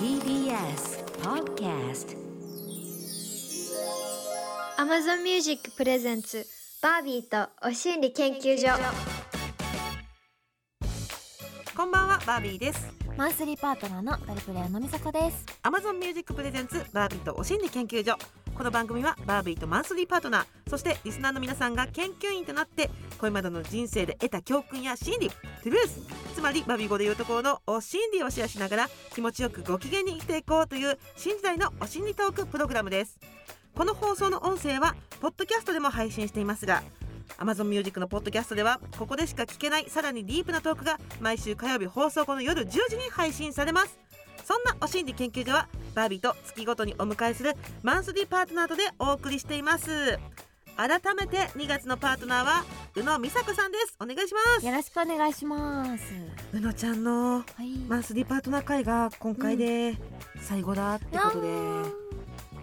TBS Podcast Amazon Music プレゼンツバービーとお心理研究所こんばんは、バービーです。マンスリーパートナーのダルプレアのみさこです。 Amazon Music Presents バービーとお心理研究所。この番組はバービーとマンスリーパートナー、そしてリスナーの皆さんが研究員となって、これまでの人生で得た教訓や心理、トゥルース、つまりバービー語で言うところのお心理をシェアしながら気持ちよくご機嫌に生きていこうという新時代のお心理トークプログラムです。この放送の音声は、ポッドキャストでも配信していますが、Amazon Music のポッドキャストではここでしか聞けないさらにディープなトークが毎週火曜日放送後の夜10時に配信されますそんなお心理研究所はバービーと月ごとにお迎えするマンスリーパートナーとでお送りしています改めて2月のパートナーは宇野美佐子さんですお願いしますよろしくお願いします。宇野ちゃんのはい。マンスリーパートナー会が今回で最後だってことで、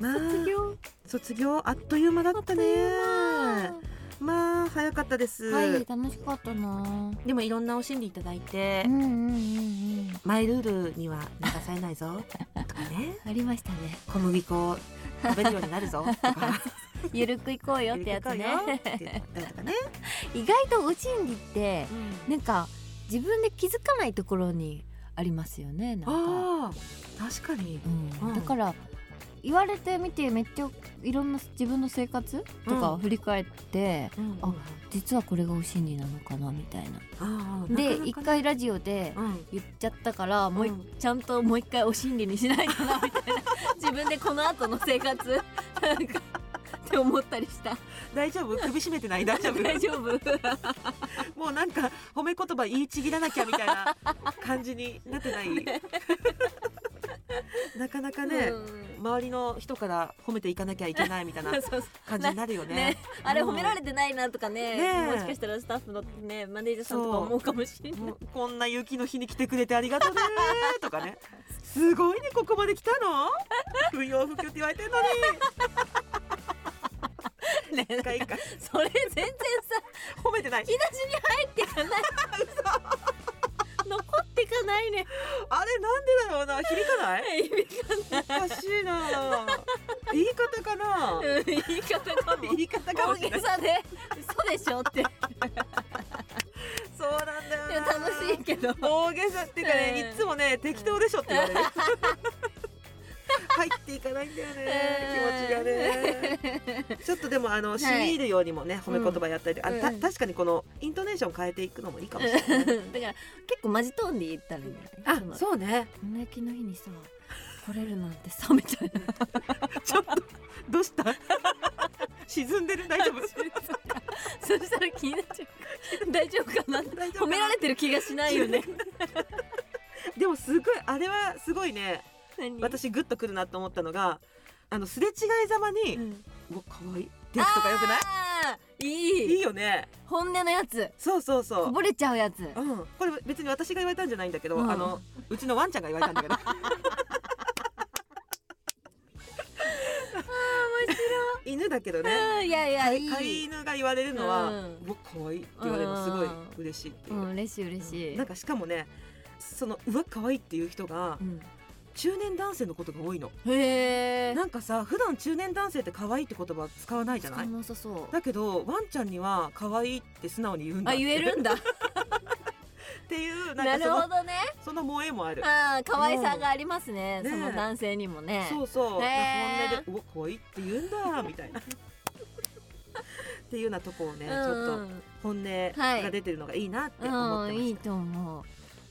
まあ卒業卒業あっという間だったねあまあ早かったです、ーはい、楽しかったな。でもいろんなお心理いただいてうんうんうんうん。マイルールには流されないぞとかねありましたね。 小麦粉を食べるようになる ぞとかゆるく行こうよってやつね。って言ったりとか ね、意外とお心理ってなんか自分で気づかないところにありますよね。なんか。ああ確かにうんうんだから。言われてみてめっちゃいろんな自分の生活とかを振り返って、うんあ実はこれがお心理なのかなみたいな。ああでなかなかね一回ラジオでうん言っちゃったからもうい、うんちゃんともう一回お心理にしないとなみたいな 自分でこの後の生活なんかって思ったりした大丈夫首絞めてない大丈夫 大丈夫もうなんか褒め言葉言いちぎらなきゃみた いな感じになってない なかなかね、うん周りの人から褒めていかなきゃいけない みたいなそうそう感じになるよねね。あれ褒められてないなとかねねえもしかしたらスタッフのねマネージャーさんとか思うかもしれないもうこんな雪の日に来てくれてありがとう ねーとかねすごいねここまで来たの不要不急って言われてんのにね一回一回 それ全然さ褒めてない引き出しに入ってかない残ってかない ねあれなんでだろうな響かないおかしいな 言い方かなうん言い方かも言い方か大もしれげ ないさで嘘でしょってそうなんだよいなや楽しいけ ど大げさっていうかねうんいつもね適当でしょって言われる 入っていかないんだよね気持ちがねちょっとでもあのい染み入るようにもね褒め言葉やったりとかあうんたうん確かにこのイントネーション変えていくのもいいかもしれだないかねら結構マジトーンで言ったらいいんじゃないあそうねこんな雪の日にさ来れるなんてさみたいなちょっとどうした 沈んでる大丈夫 そしたら気になっちゃう大丈夫かな大丈褒夫められてる気がしないよ ねでもすごいあれはすごいね何私グッとくるなと思ったのがあのすれ違いざまにう「んうわ可愛いデスとかよくないあーいいいいよね本音のやつそうそうそうこぼれちゃうやつうん、これ別に私が言われたんじゃないんだけど、うんあのうちのワンちゃんが言われたんだけど犬だけどねうんいやいやい飼いい犬が言われるのはうん「うわ可愛いって言われるのすごい嬉しいっていうう、ん嬉しい嬉しいなんかしかもねその「うわ可愛いっていう人がうん中年男性のことが多いのへえなんかさ普段中年男性って可愛いって言葉使わないじゃないなさそうだけどワンちゃんには可愛いって素直に言うんだあ言えるんだっていうななんかそるほのどねその萌えもあるあー可愛さがありますね、うんねその男性にもねそうそう、へー本音で「うわ可愛いって言うんだ」みたいな。っていうようなとこをね、うんうちょっんと本音が出てるのがいいなって思ってまうんす、いいと思う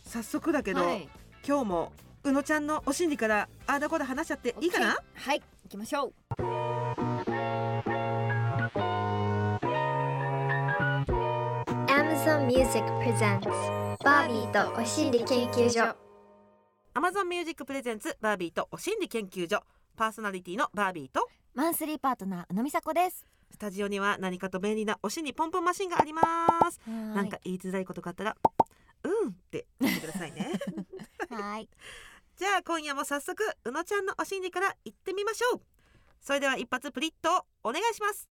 早速だけど、はい今日もうのちゃんのお心理からあーだこーだ話しちゃっていいか OK なはい行きましょうア Amazon Music Presents バービーとお心理研究所 Amazon Music Presents バービーとお心理研究所パーソナリティのバービーとマンスリーパートナーのみさこですスタジオには何かと便利なお心理ポンポンマシンがあります、ななんか言いづらいことがあったら「うん」って言ってくださいねはいじゃあ今夜も早速うのちゃんのお心理から行ってみましょうそれでは一発プリッとお願いします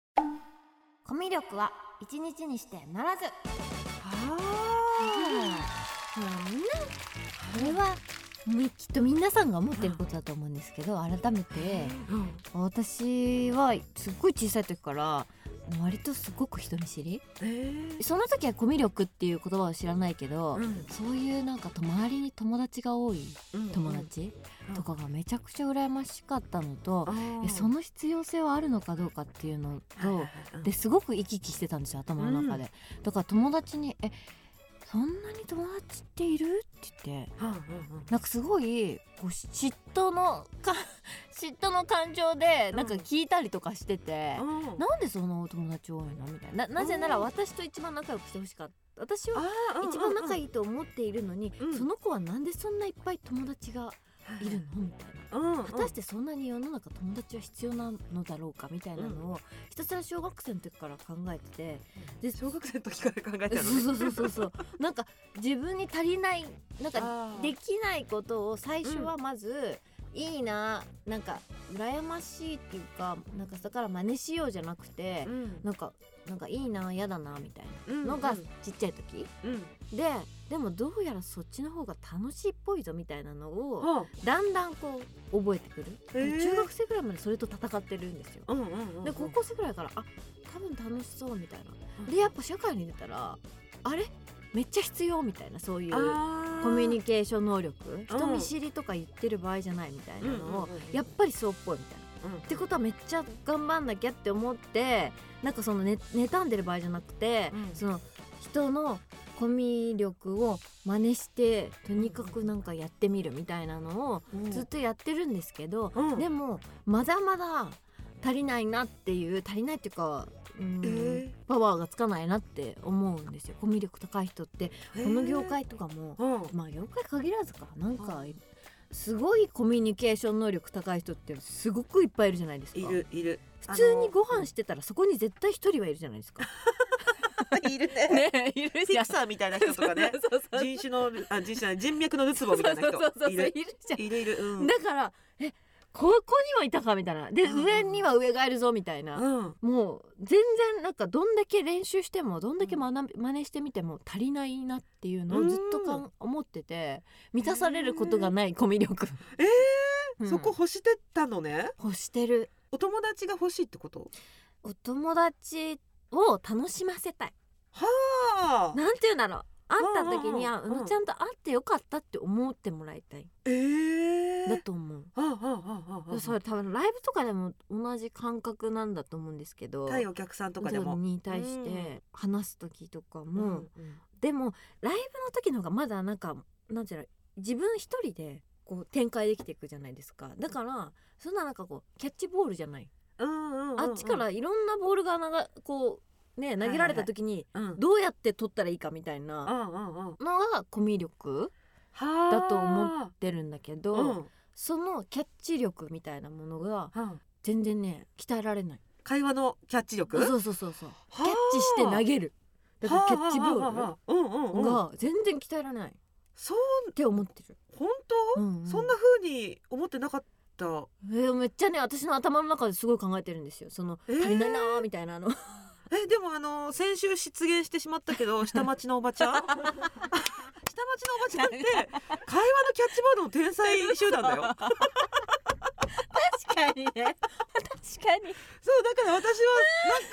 コミュ力は一日にしてならずはもうみんなこれはみきっと皆さんが思ってることだと思うんですけど改めてうん私はすっごい小さい時から割とすごく人見知りえーその時はコミュ力っていう言葉を知らないけど、うんそういうなんかと周りに友達が多いうん友達とかがめちゃくちゃ羨ましかったのと、うんえその必要性はあるのかどうかっていうのと、ですごく行き来してたんですよ頭の中で、だから友達に「えそんなに友達っている?」って言ってうんうんうんなんかすごいこう嫉妬のか 嫉妬の感情でなんか聞いたりとかしてて、うんなんでそんなお友達多いのみたいなななぜならうん私と一番仲良くしてほしかった私あはーうん一番仲いいいと思っているのに、うんその子はなんでそんないっぱい友達がいるのみたいな。の果たしてそんなに世の中友達は必要なのだろうかみたいなのをひたすら小学生の時から考えててで小学生の時から考えそたうのそうそうそう そうなんか自分に足りないなんかできないことを最初はまず、いいななんか羨ましいっていうかなんかだから真似しようじゃなくて、なんかなんかいいな嫌だなみたいなのがちっちゃい時、うんででもどうやらそっちの方が楽しいっぽいぞみたいなのをあだんだんこう覚えてくる、へえ中学生ぐらいまでそれと戦ってるんですよ。うんうんうんうんで高校生ぐらいからあ多分楽しそうみたいうんなでやっぱ社会に出たらあれめっちゃ必要みたいなそういうあーコミュニケーション能力人見知りとか言ってる場合じゃないみたいなのをうんうんうんうんやっぱりそうっぽいみたいな。うんってことはめっちゃ頑張んなきゃって思ってなんかそのね妬んでる場合じゃなくて、うんその人のコミュ力を真似してとにかくなんかやってみるみたいなのをうんずっとやってるんですけど、うんでもまだまだ足りないなっていう足りないっていうか。うんえーパワーがつかないなって思うんですよコミュ力高い人ってこの業界とかもうんまあ業界限らずかなんかすごいコミュニケーション能力高い人ってすごくいっぱいいるじゃないですかいるいる普通にごあの飯してたらそこに絶対一人はいるじゃないですか いるねね いるセじゃんクサーみたいな人とかね そうそう人種のあ人種じゃない人脈のるつぼみたいなそうそうそ人ういいるるじゃんいるいるうんだからえここにはいたかみたいなでうん上には上がいるぞみたいなうんもう全然なんかどんだけ練習してもどんだけ学び真似してみても足りないなっていうのをずっとかん思ってて満たされることがないコミュ力えうんそこ欲してたのね欲してるお友達が欲しいってことお友達を楽しませたいはあなんて言うんだろう会った時にうんあうんううんのちゃんと会ってよかったって思ってもらいたいええだと思う、ああああああそれ多分ライブとかでも同じ感覚なんだと思うんですけど対お客さんとかでそうもに対しうんて話す時とかうも、んうんでもライブの時の方がまだなんかなんていうの自分一人でこう展開できていくじゃないですかだからそんななんかこうキャッチボールじゃない、うんうんうんあっちからいろんなボールがながこうね投げられた時に、うんうんどうやって取ったらいいかみたいなうんうんはのがコミュ力あだと思出るんだけど、うんそのキャッチ力みたいなものがうん全然ね鍛えられない会話のキャッチ力そうそうそうそうキャはあッチして投げるだからキャッチボはあはあはーあうんうんルうんが全然鍛えられないっそうて思ってる、本う当んうんそんな風に思ってなかっえたーめっちゃね私の頭の中ですごい考えてるんですよその、えー足りないなーみたいなのえでもあのー先週失言してしまった けど下町のおばちゃん下町のおばちゃんって会話のキャッチボールの天才集 団だよそう確かにね 確かにだから私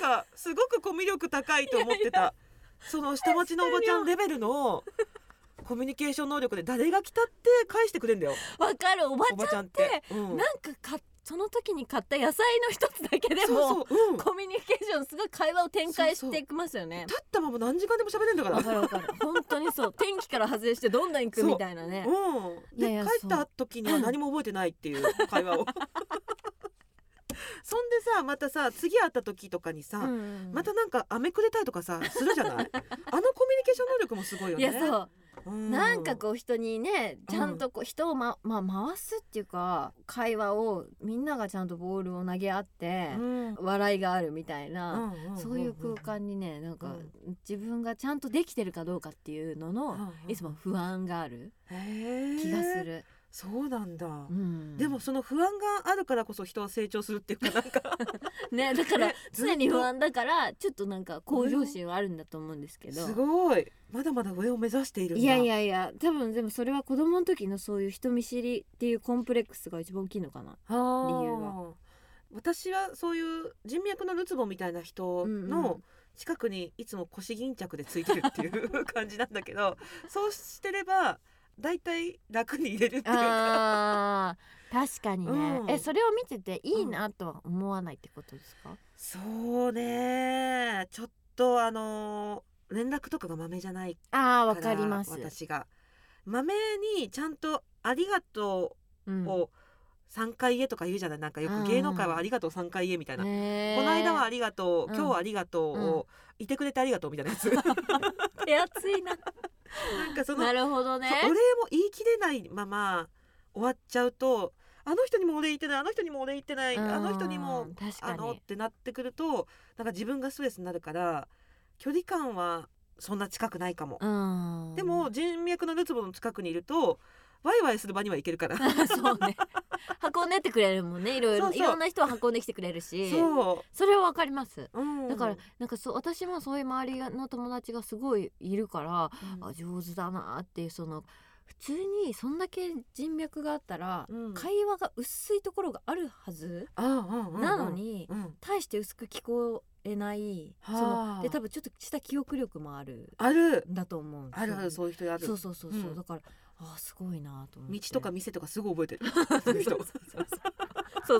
はなんかすごくコミュ力高いと思ってたその下町のおばちゃんレベルのコミュニケーション能力で誰が来たって返してくれんだよわかるおばおばちちゃゃんんっってて、うんなんかかその時に買った野菜の一つだけでもそうそう、うん、立コミュニケーションすごい会話を展開していきますよね。ったまま何時間でも喋れんだからわかるわかる。本当にそう。天気から外れしてどんどん行くみたいなね。うん、いでやいや帰った時にそはう何も覚えてないっていう 会話をそんでさまたさ次会った時とかにさ、うんまたなんかあめくれたりとかさす るじゃないあのコミュニケーション能力もすごいよいねやそう、う、なんかこう人にねちゃんとこう人をま、まあ、回すっていうか会話をみんながちゃんとボールを投げ合ってう、ん、笑いがあるみたいな、んんんそういう空間にねなんか、自分がちゃんとできてるかどうかっていうのうんうの、んいつも不安があるへー気がする、そうなんだ、うんでもその不安があるからこそ人は成長するっていうかなんかねだからねずっと常に不安だからちょっとなんか向上心はあるんだと思うんですけどすごいまだまだ上を目指しているんだいやいやいや多分でもそれは子供の時のそういう人見知りっていうコンプレックスが一番大きいのかな。理由由はは私はそういう人脈のるつぼみたいな人うんうのん近くにいつも腰巾着でついてるっていう感じなんだけ どそうしてれば大体楽に入れるっていうかあー 確かにね、うんえそれを見てていいなとは思わないってことですか、そうねちょっとあのー連絡とかが豆じゃないああからわかります私が豆にちゃんと「ありがとうう」んを3回言えとか言うじゃないなんかようんうくん芸能界は「ありがとう」3回言えみたいなねえこの間はありがとう、うん今日はありがとうを、いてくれてありがとうみたいなや つなん手厚いなかそのなるほどねそうお礼も言い切れないまま終わっちゃうとあの人にもお礼言ってないあの人にもお礼言ってないあの人にもうん確かあのっにてなってくるとなんか自分がストレスになるから距離感はそんな近くないかも、うんでも人脈のるつぼの近くにいるとワイワイする場には行けるから そうね運んでってくれるもんねいろいろそうそういろんな人を運んできてくれるしそそれはわかりますう、うん、だからなんかそう私もそういう周りの友達がすごいいるから、うんあ上手だなっていうその普通にそんだけ人脈があったら、うん会話が薄いところがあるはずあうんうんうんなのに、うん大して薄く聞こえない、はあそので多分ちょっとした記憶力もあるあるんだと思うんですあよねるあるそういう人あるそうそうそうそう、うんだからあーすごいなと思っ道てとか店とかすぐ覚えて るそういう人そう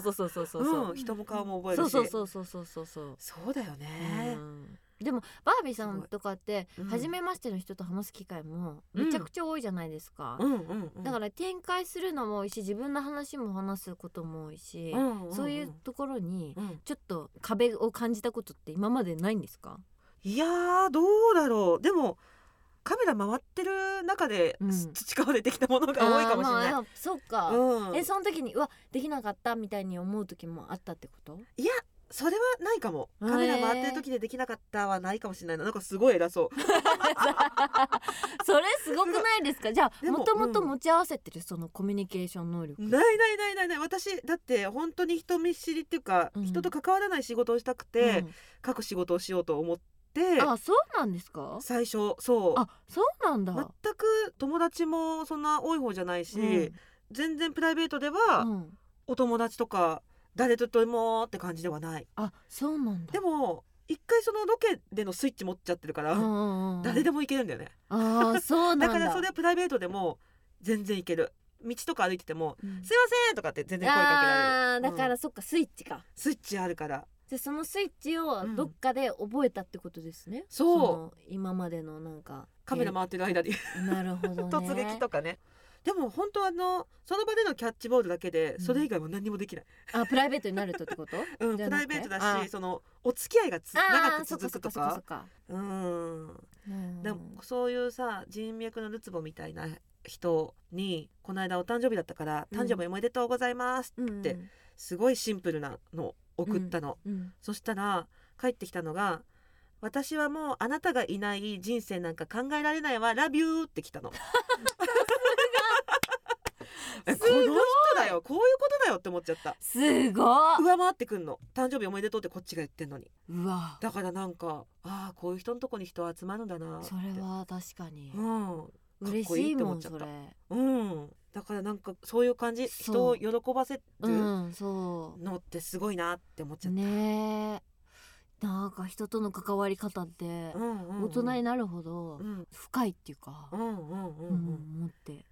そうそうそうそうそう、うん、人も顔も覚えそるうしそうそうそうそうそうそうそうだよね、うんでもバービーさんとかってすごいうん初めましての人と話す機会もうんめちゃくちゃ多いじゃないですか、うんうんうん、だから展開するのも多いし自分の話も話すことも多いし、うんんんそういうところにうんちょっと壁を感じたことって今までないんですかいやーどうだろうでもカメラ回ってる中で、うん培われてきたものが多いかもしれない、あーまあそうか、うん、えその時にうわできなかったみたいに思う時もあったってこといやそれはないかもカメラ回ってる時でできなかったはないかもしれないななんかすごい偉そう それすごくないですかじゃであももともとうん持ち合わせてるそのコミュニケーション能力、ないないないないない私だって本当に人見知りっていうか、うん人と関わらない仕事をしたくて、書く仕事をしようと思ってうんあそうなんですか最初そうあそうなんだ、全く友達もそんな多い方じゃないし、うん全然プライベートではうん、お友達とか誰とともって感じではないあそうなんだでも一回そのロケでのスイッチ持っちゃってるから、誰でもも行けるんだよねああそうなだんだからそれはプライベートでも全然行ける道とか歩いててもう「んすいません!」とかって全然声かけられるあーだかうらそっかスイッチかスイッチあるからでそのスイッチをどっかで覚えたってことですね、そうの今までのなんかカメラ回ってる間にえーなるほどね 突撃とかねでも本当あのその場でのキャッチボールだけでそれ以外は何にもできない、あプライベートになるとって ことうんじプゃなライくてベートあだしそのお付き合いがつ長あくーそっ続かそくっかとそっかそかっかうんうんでもそういうさ人脈のるつぼみたいな人にこの間お誕生日だったから「うん誕生日おめでとうございます」うんてすごいシンプルなのを送ったの、うんそしたら帰ってきたのが「私はもうあなたがいない人生なんか考えられないわラビュー」ってきたの。 えこすごいの人だよこういうことだよって思っちゃったすごい上回ってくんの誕生日おめでとうってこっちが言ってんのにうわだからなんかああこういう人のとこに人は集まるんだなってそれは確かにうんかっ嬉こいしいいって思もっんちゃそったれうん、だからなんかそういう感じ人そをう喜ばせるうんそうのってすごいなって思っちゃった、ねえなんか人との関わり方ってうんうんうん、大人になるほどうん深いっていうかう、んうんうんううんん思って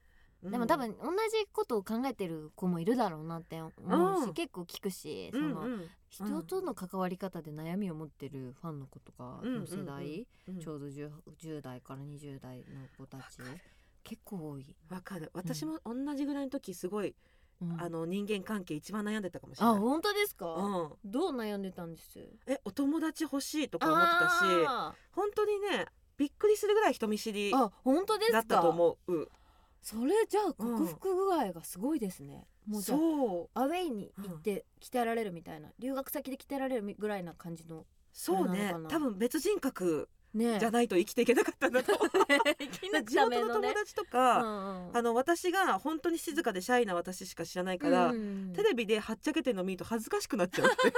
うんでも多分同じことを考えてる子もいるだろうなって思うし、うん結構聞くしうそんの、うん人との関わり方で悩みを持ってるファンの子とかの世代、うんうんうんちょうど 10, 10代から20代の子たち結構多い、わかる私も同じぐらいの時すごい、うんあの人間関係一番悩んでたかもしれあない本当ですか、うん、どう悩んでたんですえお友達欲しいとか思ってたしあ本当にねびっくりするぐらい人見知りーあ本当ですかだったと思うそれじゃあ克服具合がすごいですね、もうじゃあそうアウェイに行って鍛えられるみたいな、留学先で鍛えられるぐらいな感じのそうあれねなのかな多分別人格ねじゃないと生きていけなかったんだと思う 生き抜く地た元めののね友達とか、うんうんあの私が本当に静かでシャイな私しか知らないから、うんテレビではっちゃけてるの見ると恥ずかしくなっちゃうって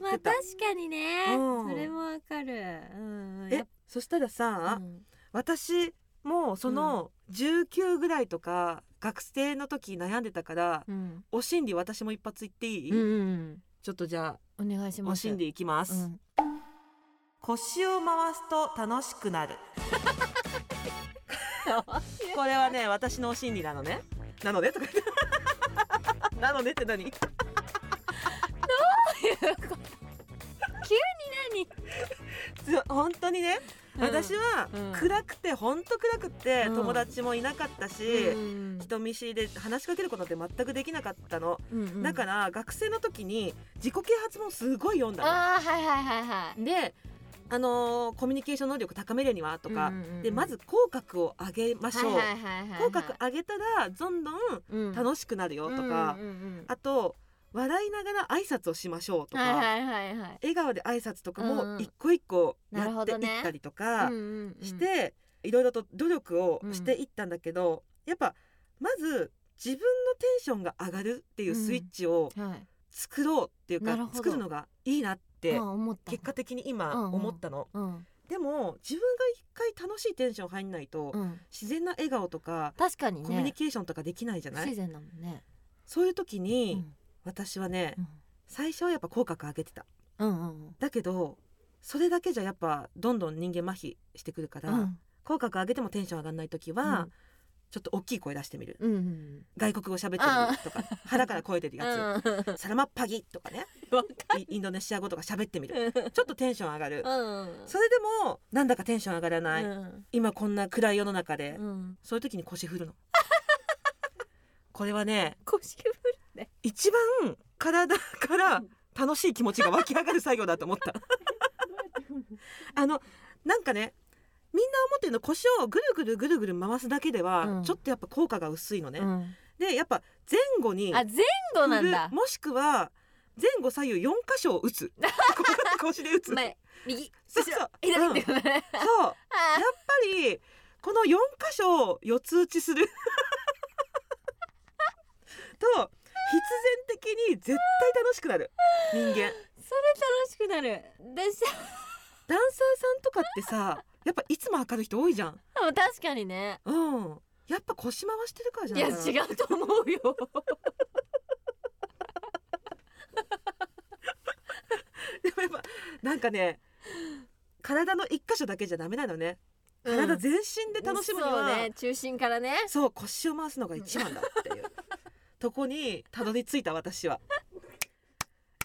まっあてた、確かにね、うんそれもわかる、うんうん、やえっそしたらぱさ、うん私もその19ぐらいとか学生の時悩んでたから、うんお心理私も一発言っていい、うんうんちょっとじゃお願いしあまおす心理いきます、 うん腰を回すと楽しく なるこれはね私のお心理なのね なのでとか言ってなのでって何そう本当にね、うん私はうん暗くて本当暗くて、うん友達もいなかったし、うん人見知りで話しかけることなんて全くできなかったの、うんうんだから学生の時に自己啓発本すごい読んだああはいはいはいはの。であのーコミュニケーション能力高めるにはといか、うんうんうんでまず口角を上げましょう、はいはいはいはいはい口角上げたらどんどんうん楽しくなるようとか、んうんうんうんあと笑いながら挨拶をしましょうとか、はいはいはいはい笑顔で挨拶とかうんうもん一個一個なるやっほていどっねたりとかうんうんうんして、いろいろと努力をしていったんだけど、やっぱまず自分のテンションが上がるっていうスイッチをはい作ろうっていうなか、るほど作るのがいいなってああ思った結果的にうん今うん思ったの、うんでも自分が一回楽しいテンション入んないと、うん自然な笑顔とか確かにねコミュニケーションとかできないじゃ不ない、自然だもんねそういう時うに、ん私はね、うん最初はやっぱ口角上げてたうんうんだけどそれだけじゃやっぱどんどん人間麻痺してくるから、うん口角上げてもテンション上がんない時は、うんちょっと大きい声出してみるうんうん外国語喋ってるとか腹から声出るやつ、サラマッパギとかねわイ インドネシア語とか喋ってみるうんちょっとテンション上がる、うんそれでもなんだかテンション上がらない、うん今こんな暗い世の中で、うんそういう時に腰振 るのこれはね腰振る一番体 から楽しい気持ちが湧き上がる作業だと思ったあのなんかねみんな思ってるの腰をぐるぐるぐるぐる回すだけでは、うんちょっとやっぱ効果が薄いのね、うんでやっぱ前後にあ前後なんだ振るもしくは前後左右4箇所を 打つこう腰で打つ、前右そうそう左うんってそうことねやっあぱりこの4箇所を四つ打ちする と必然的に絶対楽しくなる人間ーそれ楽しくなるでしダンサーさんとかってさやっぱいつも明るい人多いじゃんた確かにねうんやっぱ腰回してるからじゃいないやかな違うと思う よでもやっぱなんかね体の一箇所だけじゃダメなのねうん体全身で楽しむには、そうね中心からねそう腰を回すのが一番だっていうとこにたどり着いた私は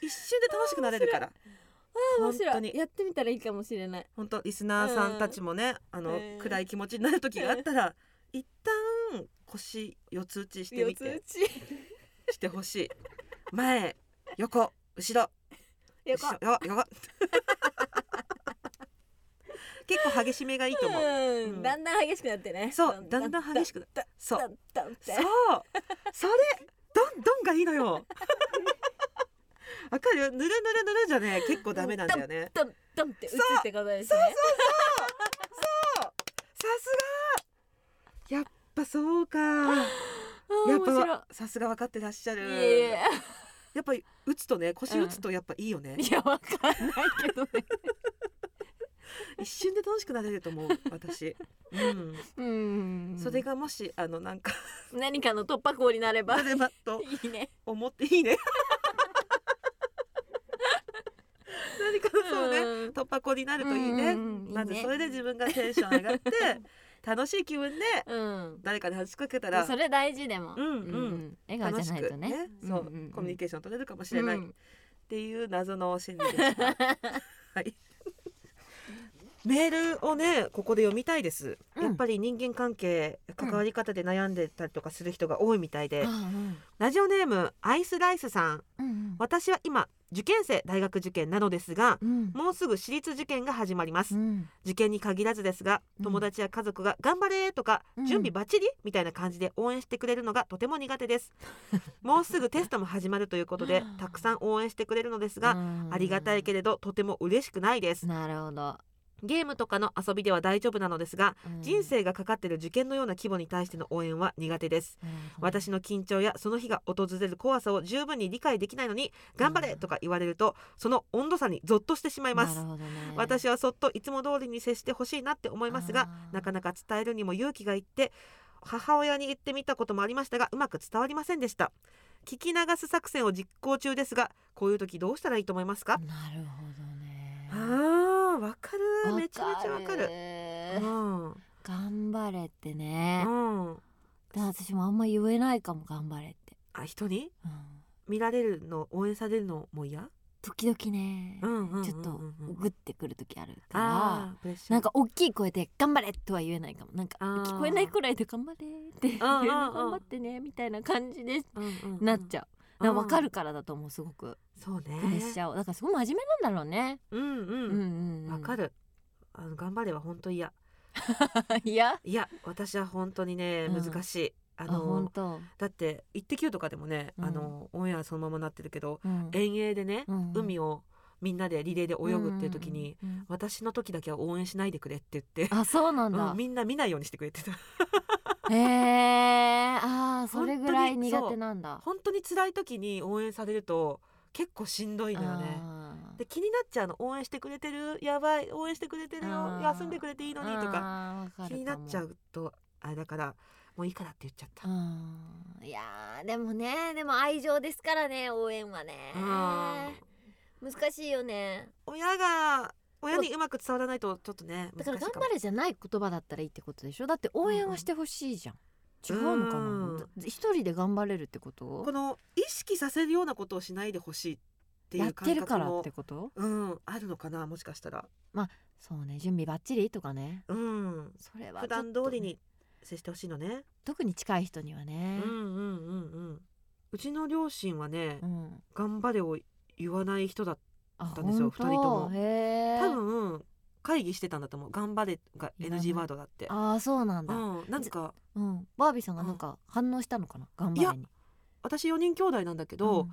一瞬で楽しくなれるから面本白当いにやってみたらいいかもしれない本当リスナーさんたちもね、あの、うん暗い気持ちになる時があったら、一旦腰四つ打ちしてみ四つて打ちしてほしい前横後ろ横後ろ横結構激しめがいいと思うううんんだんだん激しくなってねそうだんだん激しくくなそうだんだんってそうそれどんどんがいいの よわかるぬるぬるぬるじゃね結構ダメなんだよねだんだんって打つそうってことですねさすがやっぱそ うかやあーっ面白ぱさすが分かってらっしゃるいいやいややっぱり打つとね腰打つとやっぱいいよね、 いやわかんないけどね一瞬で楽しくなれると思う私 うん、うんそれがもしあのなんか何かの突破口になれば あればと いいね思ってい いね何かそうね、うん突破口になるといいね、うんうんうんいいねまずそれで自分がテンション上がって楽しい気分でうん誰かに話しかけ たでらそれ大事でもうんうん笑顔楽じしゃないくとねねそう、んんんコミュニケーション取れるかもしれない、うっん ていう謎の心理でしたはいメールをねここで読みたいです、うんやっぱり人間関係関わり方で悩んでたりとかする人が多いみたいで、うんラジオネームアイスライスさんうん私は今受験生大学受験なのですがうんもうすぐ私立受験が始まります、うん受験に限らずですがうん友達や家族が頑張れとか、うん準備バッチリみたいな感じで応援してくれるのがとても苦 手ですもうすぐテストも始まるということでたくさん応援してくれるのですが、ありがたいけれどとても嬉しくないですなるほど、ゲームとかの遊びでは大丈夫なのですがうん人、生がかかっている受験のような規模に対しての応援は苦手です私の緊張やその日が訪れる怖さを十分に理解できないのに頑張れとか言われるとその温度差にゾッとしてしまいいますなるほどね、私はそっといつも通りに接してほしいなって思いますがあーなかなか伝えるにも勇気がいって母親に言ってみたこともありましたがうまく伝わりませんでした聞き流す作戦を実行中ですがこういう時どうしたらいいと思いますか、なるほどねあーわかるわめちゃめちゃわかるうん頑張れってね、うんで私もあんま言えないかも頑張れって、あ人にうん、見られるの応援されるのも嫌時々ね、うんうんうんうんうんちょっとグってくる時あるからあープレッシャーなんか大きい声で「頑張れ!」とは言えないかもなんかあー聞こえないくらいで「頑張れ!」って言ううんうんうん頑張ってねみたいな感じでうんうんうんなっちゃううなんんか分かるからだと思うすごくそうねプレッシャーをだからすごい真面目なんだろうねうんううんんうんうんわ、かるあの頑張れは本当嫌 いやいや私は本当にねうん難しい、ああの本当だって「イッテ Q!」とかでもね、うんあのオンエアそのままなってるけどうん遠泳でね、うん海をみんなでリレーで泳ぐっていう時に、うんうんうん私の時だけは応援しないでくれって言って、あそうなんうだんみんな見ないようにしてくれってたへえあーそれぐらい本当にそう苦手なん だ本当に辛い時に応援されると結構しんどいのよね。あーで気になっちゃうの応援してくれてるやばい応援してくれてるあよー休んでくれていいのにとかあーわかるかも気になっちゃうとあれだからもういいからって言っちゃった。うんいやーでもねでも愛情ですからね応援はねうん難しいよね親が親にうまく伝わらないとちょっとねだから難し頑いかも張れじゃない言葉だったらいいってことでしょだって応援はしてほしいじゃん、違うのかうんな一人で頑張れるってことこの意識させるようなことをしないでほしいっていやうって感るか覚らっもてことうんあるのかなもしかしたらそうね準備バッチリとかねうんそれは普ちょっとね段通りに接してほしいのね特に近い人にはうねんうん、うんうんうちの両親はねうん頑張れを言わない人だあたんですよ本当二人ともへえ多分会議してたんだと思う頑張れが NG ワードだってああそうなんうだ、んなんかうん、バービーさんがなんか反応したのかな頑張れに私4人兄弟なんだけど、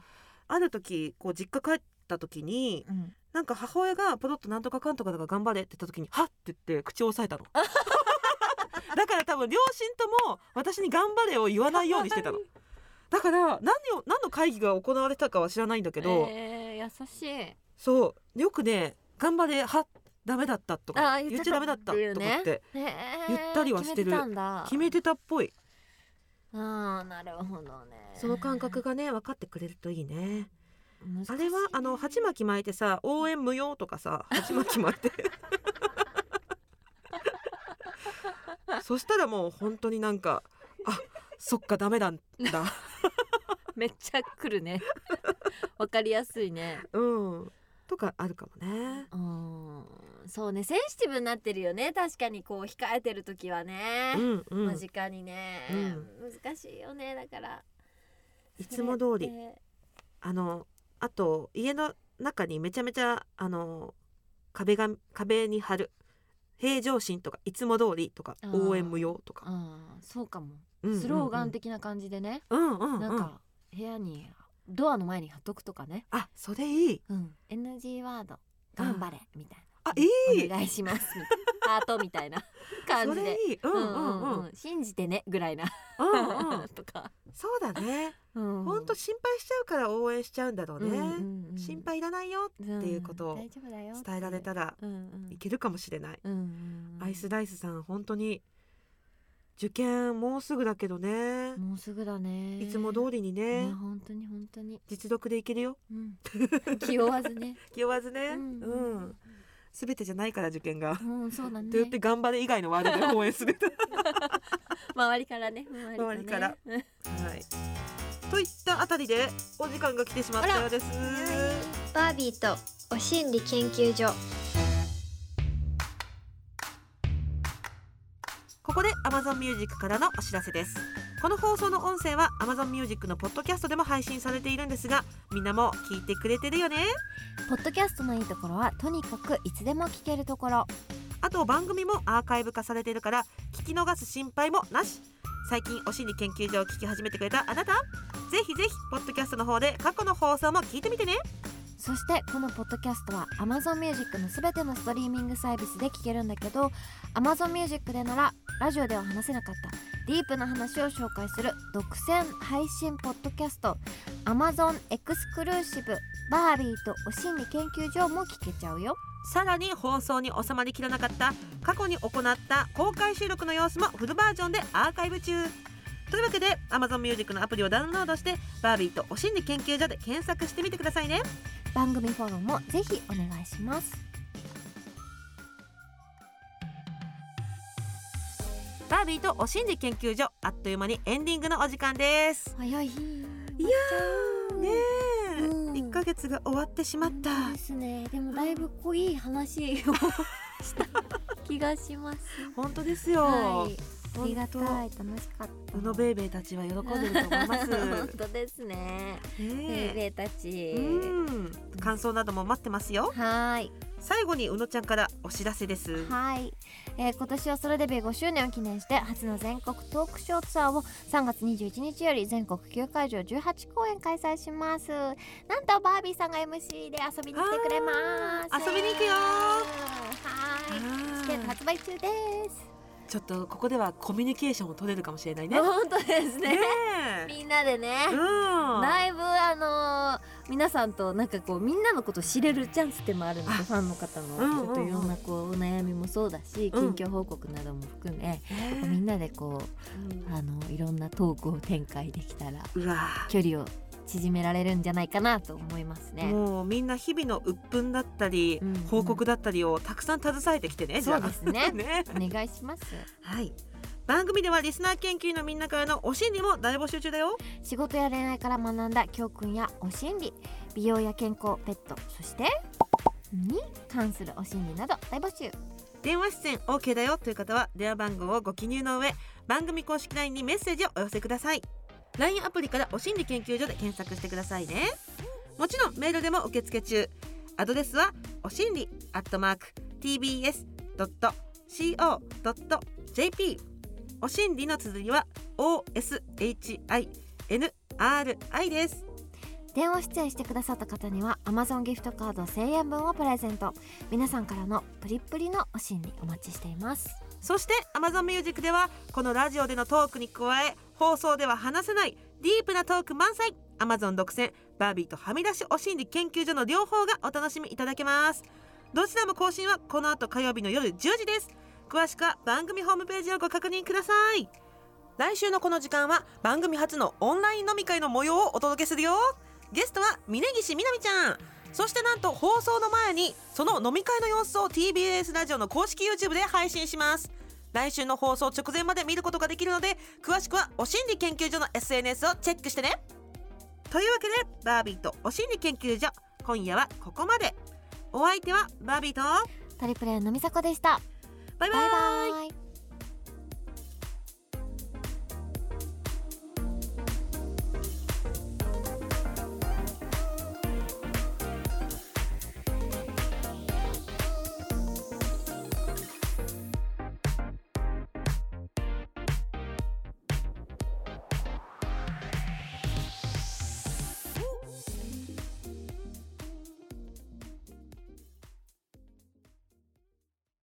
ある時こう実家帰った時にうんうんなんか母親がポロッとなんとかかんとかだから頑張れって言った時に「はっ!」って言って口を押さえた のだから多分両親とも私に「頑張れ」を言わないようにしてたのだから何を何の会議が行われたかは知らないんだけど、えー優しいそうよくね「頑張れ」「はっ!」ダメだったあとかー言っ言っちちゃゃダダメメだだっったたとっかていっうねてへえゆったりはして決めるてたんだ決めてたっぽいああなるほどねその感覚がね分かってくれるといいね難しいあねれはあの鉢巻き巻いてさ応援無用とか さ鉢巻き巻いてそしたらもう本当になんかあそっかダメなん だめっちゃ来るね わかりやすいねうんとかあるかもねうーんそうねセンシティブになってるよね確かにこう控えてる時はねう、んう間ん近にね、難しいよねだからいつも通りそれってあのあと家の中にめちゃめちゃあの壁が壁に貼る平常心とかいつも通りとかあー応援無用とか、あーそうかもうんうんうんスローガン的な感じでね、うんうんうんなんか部屋にドアの前に貼っとくとかね、あそれいいうん、NG ワード頑張れみたいなあいいお願いし ますみたいなハートみたいな感そじれでいいうんうんうんうんうん信じてねぐらいなうんうん とか、そうだね。うん本当心配しちゃうから応援しちゃうんだろうね。心配いらないっよていうことを大丈夫だよ伝えられたらうんうんいけるかもしれない。うんうんうんアイスダイスさん本当に受験もうすぐだけどね。もうすぐだねいつも通りにねね本当に本当に、実力でいけるよ。うん気負わずね気負わずね。ううんん。すべてじゃないから受験が。うんそうだねと言って頑張れ以外のワード で応援する。周りからね周りからねうんはい。といったあたりでお時間が来てしまったようです。バービーとお心理研究所こで Amazon Music からのお知らせですこの放送の音声は Amazon Music のポッドキャストでも配信されているんですがみんなも聞いてくれてるよねポッドキャストのいいところはとにかくいつでも聞けるところあと番組もアーカイブ化されているから聞き逃す心配もなし最近お心理研究所を聞き始めてくれたあなたぜひぜひポッドキャストの方で過去の放送も聞いてみてねそしてこのポッドキャストは Amazon Music のすべてのストリーミングサービスで聞けるんだけど Amazon Music でならラジオでは話せなかったディープな話を紹介する独占配信ポッドキャスト Amazon エクスクルーシブバービーとお心理研究所も聞けちゃうよさらに放送に収まりきらなかった過去に行った公開収録の様子もフルバージョンでアーカイブ中というわけで Amazon Music のアプリをダウンロードしてバービーとお心理研究所で検索してみてくださいね番組フォローもぜひお願いしますバービーとお心理研究所あっという間にエンディングのお時間です早いいいやーねえ、うん1ヶ月が終わってしまったですねでもだいぶ濃い話をした気がします本当ですよ、はいあり本が当たい楽しかったうのベイベーたちは喜んでると思 います本当ですねベイねベーたちえうん感想なども待ってますよはい最後にうのちゃんからお知らせですはい、えー今年はソロデビュー5周年を記念して初の全国トークショーツアーを3月21日より全国9会場18公演開催しますなんとバービーさんが MC で遊びに来てくれます遊びに行くよはいチケット発売中ですちょっとここではコミュニケーションを取れるかもしれないね。本当ですねねみんなでねえ。うん。だいぶあのー皆さんとなんかこうみんなのこと知れるチャンスでもあるのであファンの方うんうんうのんちょっといろんなこうお悩みもそうだしうん近況報告なども含め、ねみんなでこうんうあのいろんなトークを展開できたらうわ距離を縮められるんじゃないかなと思いますね。もうみんな日々の鬱憤だったり、うんうん報告だったりをたくさん携えてきてね。じゃあ そうですねねお願いしますはい。番組ではリスナー研究員のみんなからのお心理も大募集中だよ。仕事や恋愛から学んだ教訓やお心理美容や健康ペットそしてに関するお心理など大募集電話出演 OK だよという方は電話番号をご記入の上番組公式 LINE にメッセージをお寄せください LINE アプリからお心理研究所で検索してくださいねもちろんメールでも受付中アドレスはお心理アットマーク tbs.co.jp お心理の綴りは oshinri です電話出演してくださった方には Amazon ギフトカード1000円分をプレゼント皆さんからのプリップリのお心理お待ちしていますそして Amazon Music ではこのラジオでのトークに加え放送では話せないディープなトーク満載 Amazon 独占バービーとはみ出しお心理研究所の両方がお楽しみいただけますどちらも更新はこの後火曜日の夜10時です詳しくは番組ホームページをご確認ください来週のこの時間は番組初のオンライン飲み会の模様をお届けするよゲストは峯岸みなみちゃんそしてなんと放送の前にその飲み会の様子を TBS ラジオの公式 YouTube で配信します来週の放送直前まで見ることができるので詳しくはお心理研究所の SNS をチェックしてねというわけでバービーとお心理研究所今夜はここまでお相手はバービーとトリプレイのみさこでしたバイバイバイバイ